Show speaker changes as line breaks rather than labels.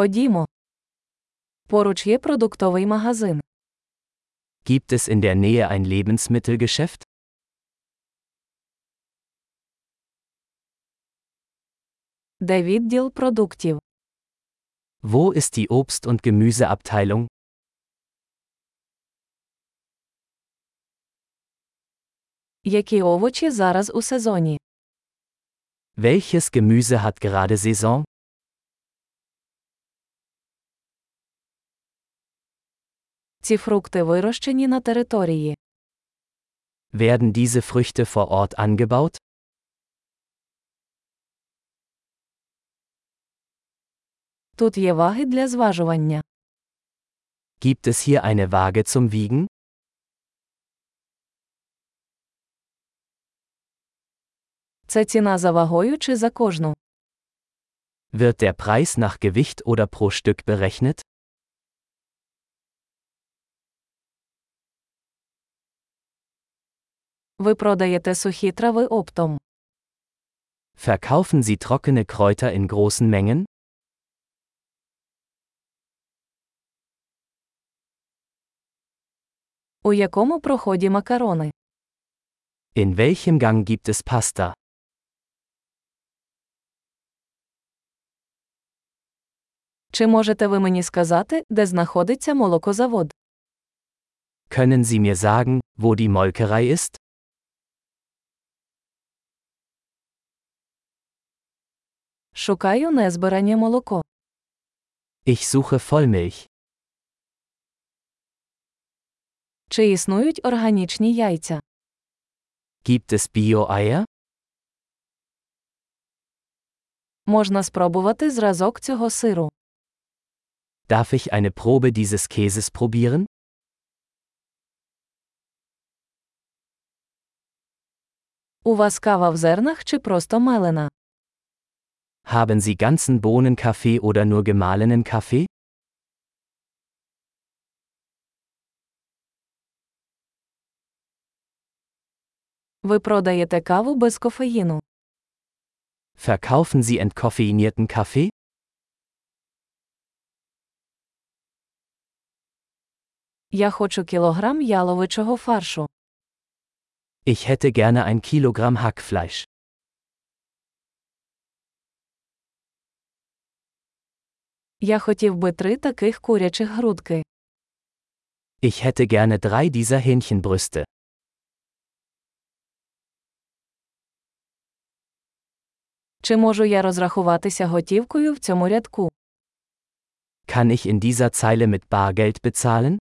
Ходімо. Поруч є продуктовий магазин.
Gibt es in der Nähe ein Lebensmittelgeschäft?
Де відділ продуктів?
Wo ist die Obst- und Gemüseabteilung?
Які овочі зараз у сезоні?
Welches Gemüse hat gerade Saison?
Ці фрукти вирощені на території.
Werden diese Früchte vor Ort angebaut?
Тут є ваги для зважування.
Gibt es hier eine Waage zum Wiegen?
Це ціна за вагою чи за кожну?
Wird der Preis nach Gewicht oder pro Stück berechnet?
Ви продаєте сухі трави оптом.
Verkaufen Sie trockene Kräuter in großen Mengen?
У якому проході макарони?
In welchem Gang gibt es Pasta?
Чи можете ви мені сказати, де знаходиться молокозавод?
Können Sie mir sagen, wo die Molkerei ist?
Шукаю незбирання молоко.
Ich suche Vollmilch.
Чи існують органічні яйця?
Gibt es Bio-Eier?
Можна спробувати зразок цього сиру.
Darf ich eine Probe dieses Käses probieren?
У вас кава в зернах чи просто мелена?
Haben Sie ganzen Bohnenkaffee oder nur gemahlenen Kaffee?
Ви продаєте каву без кофеїну.
Verkaufen Sie entkoffeinierten Kaffee?
Я хочу кілограм яловичого фаршу.
Ich hätte gerne ein Kilogramm Hackfleisch.
Я хотів би три таких курячих грудки.
Ich hätte gerne drei dieser Hähnchenbrüste.
Чи можу я розрахуватися готівкою в цьому рядку?
Kann ich in dieser Zeile mit Bargeld bezahlen?